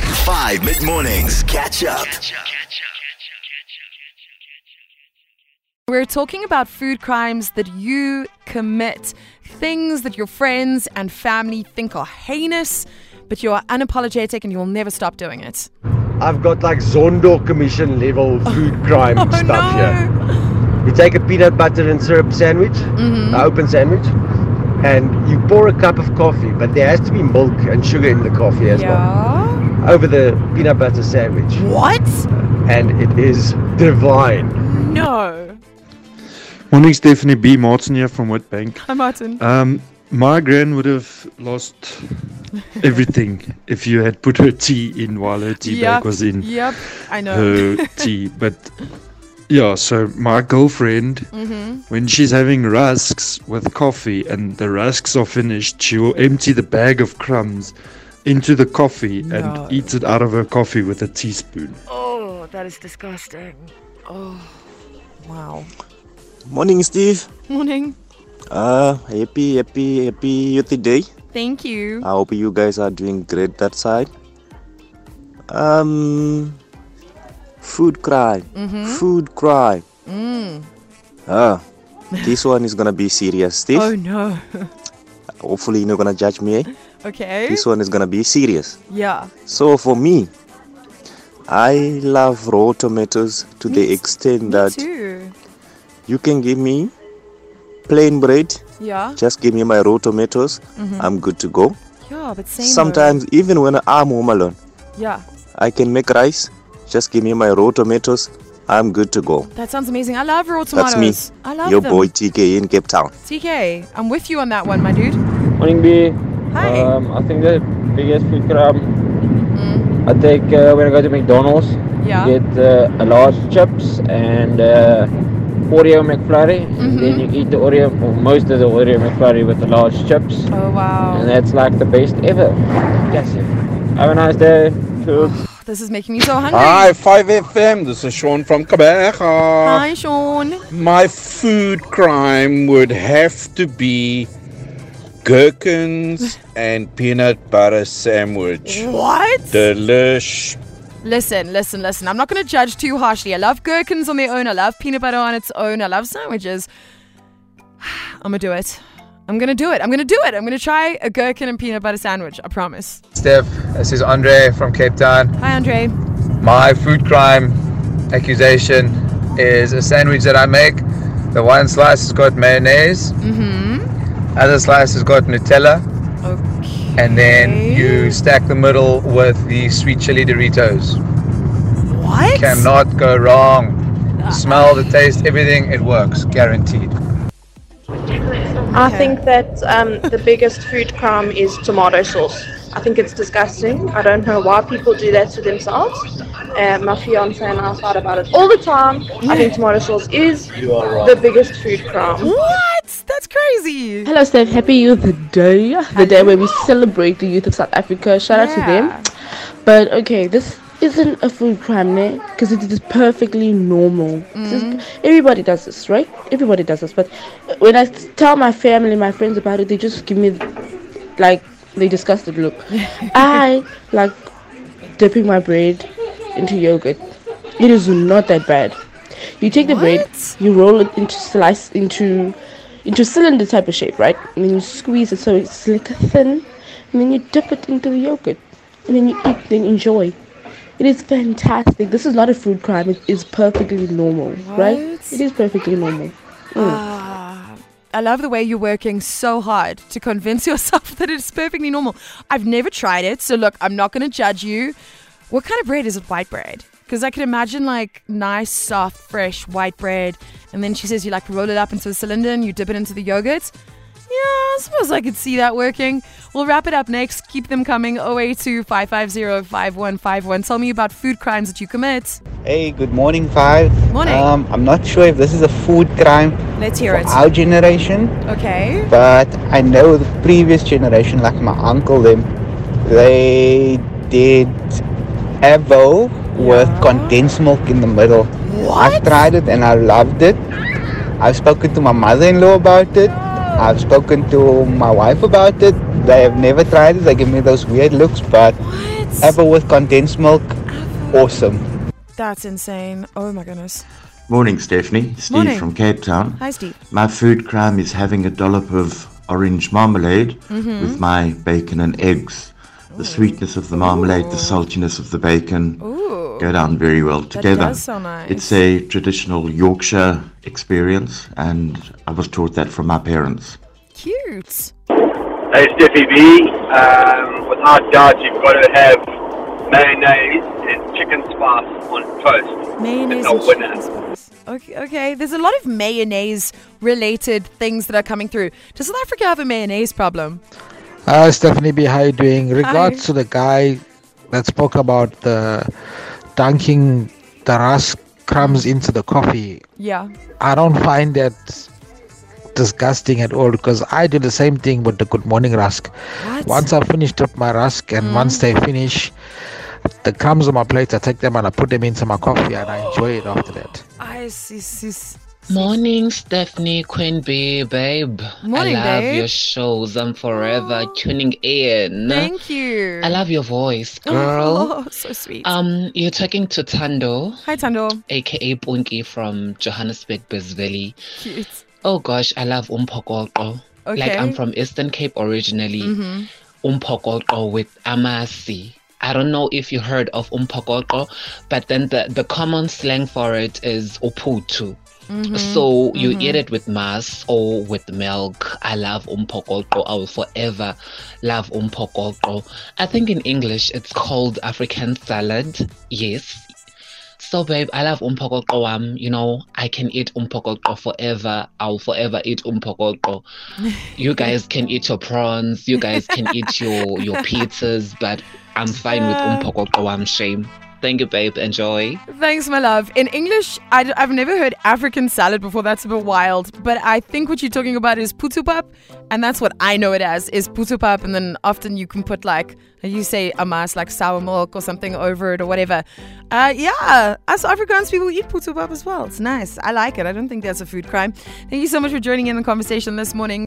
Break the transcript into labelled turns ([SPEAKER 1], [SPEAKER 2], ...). [SPEAKER 1] 5 mid mornings. Catch up.
[SPEAKER 2] We're talking about food crimes that you commit, things that your friends and family think are heinous, but you are unapologetic and you will never stop doing it.
[SPEAKER 3] I've got like Zondo commission level
[SPEAKER 2] Oh.
[SPEAKER 3] food crime stuff here. You take a peanut butter and syrup sandwich,
[SPEAKER 2] Mm-hmm.
[SPEAKER 3] an open sandwich, and you pour a cup of coffee, but there has to be milk and sugar in the coffee as
[SPEAKER 2] Yeah.
[SPEAKER 3] well over the peanut butter sandwich,
[SPEAKER 2] What?
[SPEAKER 3] and it is divine.
[SPEAKER 2] No.
[SPEAKER 4] Morning, Stephanie B. Martin here from Woodbank.
[SPEAKER 2] Hi, Martin.
[SPEAKER 5] Ah,
[SPEAKER 4] Um, my gran would have lost everything if you had put her tea in while her tea
[SPEAKER 2] Yep,
[SPEAKER 4] bag was in
[SPEAKER 2] Yep, I know.
[SPEAKER 4] her tea. But yeah, so my girlfriend, when she's having rusks with coffee and the rusks are finished, she will empty the bag of crumbs into the coffee
[SPEAKER 2] No.
[SPEAKER 4] and eats it out of her coffee with a teaspoon.
[SPEAKER 6] Oh, that is disgusting.
[SPEAKER 2] Wow.
[SPEAKER 5] Morning, Steve.
[SPEAKER 2] Morning.
[SPEAKER 5] Uh, happy, happy, happy youth day.
[SPEAKER 2] Thank you.
[SPEAKER 5] I hope you guys are doing great that side. Um, food crime.
[SPEAKER 2] Mm-hmm.
[SPEAKER 5] Food crime.
[SPEAKER 2] Mm.
[SPEAKER 5] Ah, this one is gonna be serious, Steve.
[SPEAKER 2] Oh, no.
[SPEAKER 5] Hopefully, you're not gonna judge me. eh?
[SPEAKER 2] Okay.
[SPEAKER 5] This one is gonna be serious.
[SPEAKER 2] Yeah.
[SPEAKER 5] So for me, I love raw tomatoes to
[SPEAKER 2] Me
[SPEAKER 5] the
[SPEAKER 2] t-
[SPEAKER 5] extent
[SPEAKER 2] Me
[SPEAKER 5] that
[SPEAKER 2] too.
[SPEAKER 5] you can give me plain bread.
[SPEAKER 2] Yeah.
[SPEAKER 5] Just give me my raw tomatoes.
[SPEAKER 2] Mm-hmm.
[SPEAKER 5] I'm good to go.
[SPEAKER 2] Yeah, but same. though.
[SPEAKER 5] Sometimes, even when I'm home alone,
[SPEAKER 2] Yeah.
[SPEAKER 5] I can make rice. Just give me my raw tomatoes. I'm good to go.
[SPEAKER 2] That sounds amazing. I love raw tomatoes.
[SPEAKER 5] That's me,
[SPEAKER 2] I love
[SPEAKER 5] your
[SPEAKER 2] them.
[SPEAKER 5] boy TK in Cape Town.
[SPEAKER 2] TK, I'm with you on that one, my dude.
[SPEAKER 7] Morning B.
[SPEAKER 2] Hi.
[SPEAKER 7] Um, I think the biggest food crime
[SPEAKER 2] Mm.
[SPEAKER 7] I take uh, when I go to McDonald's,
[SPEAKER 2] Yeah.
[SPEAKER 7] get uh, a large chips and uh, Oreo McFlurry. And then you eat the Oreo, or most of the Oreo McFlurry with the large chips.
[SPEAKER 2] Oh
[SPEAKER 7] And
[SPEAKER 2] wow.
[SPEAKER 7] that's like the best ever. Yes. Have a nice day. Cheers.
[SPEAKER 2] This is making me so hungry.
[SPEAKER 8] Hi, 5FM. This is Sean from Kaberga.
[SPEAKER 2] Hi, Sean.
[SPEAKER 8] My food crime would have to be gherkins and peanut butter sandwich.
[SPEAKER 2] What?
[SPEAKER 8] Delish.
[SPEAKER 2] Listen, listen, listen. I'm not going to judge too harshly. I love gherkins on their own. I love peanut butter on its own. I love sandwiches. I'm going to do it. I'm going to do it. I'm going to do it. I'm going to try a gherkin and peanut butter sandwich. I promise.
[SPEAKER 9] Steph, this is Andre from Cape Town.
[SPEAKER 2] Hi, Andre.
[SPEAKER 9] My food crime accusation is a sandwich that I make. The one slice has got mayonnaise, other slice has got Nutella,
[SPEAKER 2] Okay.
[SPEAKER 9] and then you stack the middle with the sweet chili Doritos.
[SPEAKER 2] What?
[SPEAKER 9] Cannot go wrong. Smell, the taste, everything, it works, guaranteed.
[SPEAKER 10] I think that um, the biggest food crime is tomato sauce. I think it's disgusting. I don't know why people do that to themselves. Uh, my fiance and I fight about it all the time. I think tomato sauce is the biggest food crime.
[SPEAKER 2] What? That's crazy.
[SPEAKER 11] Hello, Steph. Happy Youth Day. The day where we celebrate the youth of South Africa. Shout out to
[SPEAKER 2] Yeah.
[SPEAKER 11] them. But okay, this isn't a food crime, ne? Because it is perfectly normal. This is- everybody does this, right? Everybody does this. But when I tell my family, my friends about it, they just give me like they disgusted look. I like dipping my bread into yogurt. It is not that bad. You take the bread,
[SPEAKER 2] What?
[SPEAKER 11] you roll it into slice into into cylinder type of shape, right? And then you squeeze it so it's like a thin, and then you dip it into the yogurt, and then you eat, then enjoy. It is fantastic. This is not a food crime. It is perfectly normal, right?
[SPEAKER 2] What?
[SPEAKER 11] It is perfectly normal.
[SPEAKER 2] Ah, I love the way you're working so hard to convince yourself that it's perfectly normal. I've never tried it, so look, I'm not going to judge you. What kind of bread is it? White bread? Because I can imagine like nice, soft, fresh white bread, and then she says you like roll it up into a cylinder and you dip it into the yogurt. Yeah, I suppose I could see that working. We'll wrap it up next. Keep them coming. 082 550 5151. Tell me about food crimes that you commit.
[SPEAKER 9] Hey, good morning, Five. Um,
[SPEAKER 2] Morning.
[SPEAKER 9] I'm not sure if this is a food crime
[SPEAKER 2] Let's hear it.
[SPEAKER 9] generation.
[SPEAKER 2] Okay.
[SPEAKER 9] but I know the previous generation, like my uncle them, they did avo with condensed milk in the middle. I've tried it and I loved it. I've spoken to my mother-in-law about it. I've spoken to my wife about it. They have never tried it. They give me those weird looks, but apple with condensed milk, awesome.
[SPEAKER 2] That's insane. Oh my goodness.
[SPEAKER 5] Morning, Stephanie. Steve
[SPEAKER 2] Morning.
[SPEAKER 5] from Cape Town.
[SPEAKER 2] Hi, Steve.
[SPEAKER 5] My food crime is having a dollop of orange marmalade
[SPEAKER 2] Mhm.
[SPEAKER 5] with my bacon and eggs. The sweetness of the marmalade, the saltiness of the bacon go down very well together.
[SPEAKER 2] does sound nice.
[SPEAKER 5] It's a traditional Yorkshire experience, and I was taught that from my parents.
[SPEAKER 2] Cute.
[SPEAKER 12] Hey, Steffi B. Um, without doubt, you've got to have mayonnaise and chicken spice on toast. It's
[SPEAKER 2] Mayonnaise
[SPEAKER 12] a
[SPEAKER 2] and
[SPEAKER 12] winner.
[SPEAKER 2] chicken spice. Okay, okay. There's a lot of mayonnaise related things that are coming through. Does South Africa have a mayonnaise problem?
[SPEAKER 13] Hi, Stephanie B. How you doing? Regards
[SPEAKER 2] Hi.
[SPEAKER 13] to the guy that spoke about the dunking the rust crumbs into the coffee.
[SPEAKER 2] Yeah.
[SPEAKER 13] I don't find that disgusting at all because I do the same thing with the good morning rusk.
[SPEAKER 2] What?
[SPEAKER 13] Once I finished up my rusk and once they finish the crumbs on my plate, I take them and I put them into my coffee and I enjoy it after that.
[SPEAKER 2] I see, see, see.
[SPEAKER 14] Morning, Stephanie Queen Bee, babe.
[SPEAKER 2] Morning,
[SPEAKER 14] I love
[SPEAKER 2] babe. Oh.
[SPEAKER 14] your shows. I'm forever tuning in.
[SPEAKER 2] Thank you.
[SPEAKER 14] I love your voice,
[SPEAKER 2] Oh,
[SPEAKER 14] girl.
[SPEAKER 2] so sweet.
[SPEAKER 14] Um, you're talking to Tando,
[SPEAKER 2] Hi, Tando.
[SPEAKER 14] aka Punki from Johannesburg, Biz Valley.
[SPEAKER 2] Cute.
[SPEAKER 14] Oh gosh, I love umphokoqo. Like
[SPEAKER 2] Okay.
[SPEAKER 14] I'm from Eastern Cape originally.
[SPEAKER 2] Mhm.
[SPEAKER 14] Umphokoqo with amasi. I don't know if you heard of umphokoqo, but then the, the common slang for it is uputu.
[SPEAKER 15] Mhm,
[SPEAKER 14] So you eat
[SPEAKER 15] mhm.
[SPEAKER 14] it with mass or with milk. I love umphokoqo. I will forever love umphokoqo. I think in English it's called African salad. Yes, so, babe, I love umpokoqo wam. You know, I can eat umpokoqo forever. I'll forever eat umpokoqo. You guys can eat your prawns. You guys can eat your your pizzas, but I'm fine with
[SPEAKER 2] Yeah.
[SPEAKER 14] umpokoqo wam. Shame. Thank you, babe. Enjoy.
[SPEAKER 2] Thanks, my love. In English, I, have never heard African salad before. That's a bit wild. But I think what you're talking about is putupap, and that's what I know it as is putupap. And then often you can put like you say amas, like sour milk or something over it or whatever. Uh, yeah, us Afrikaans people eat putupap as well. It's nice. I like it. I don't think that's a food crime. Thank you so much for joining in the conversation this morning.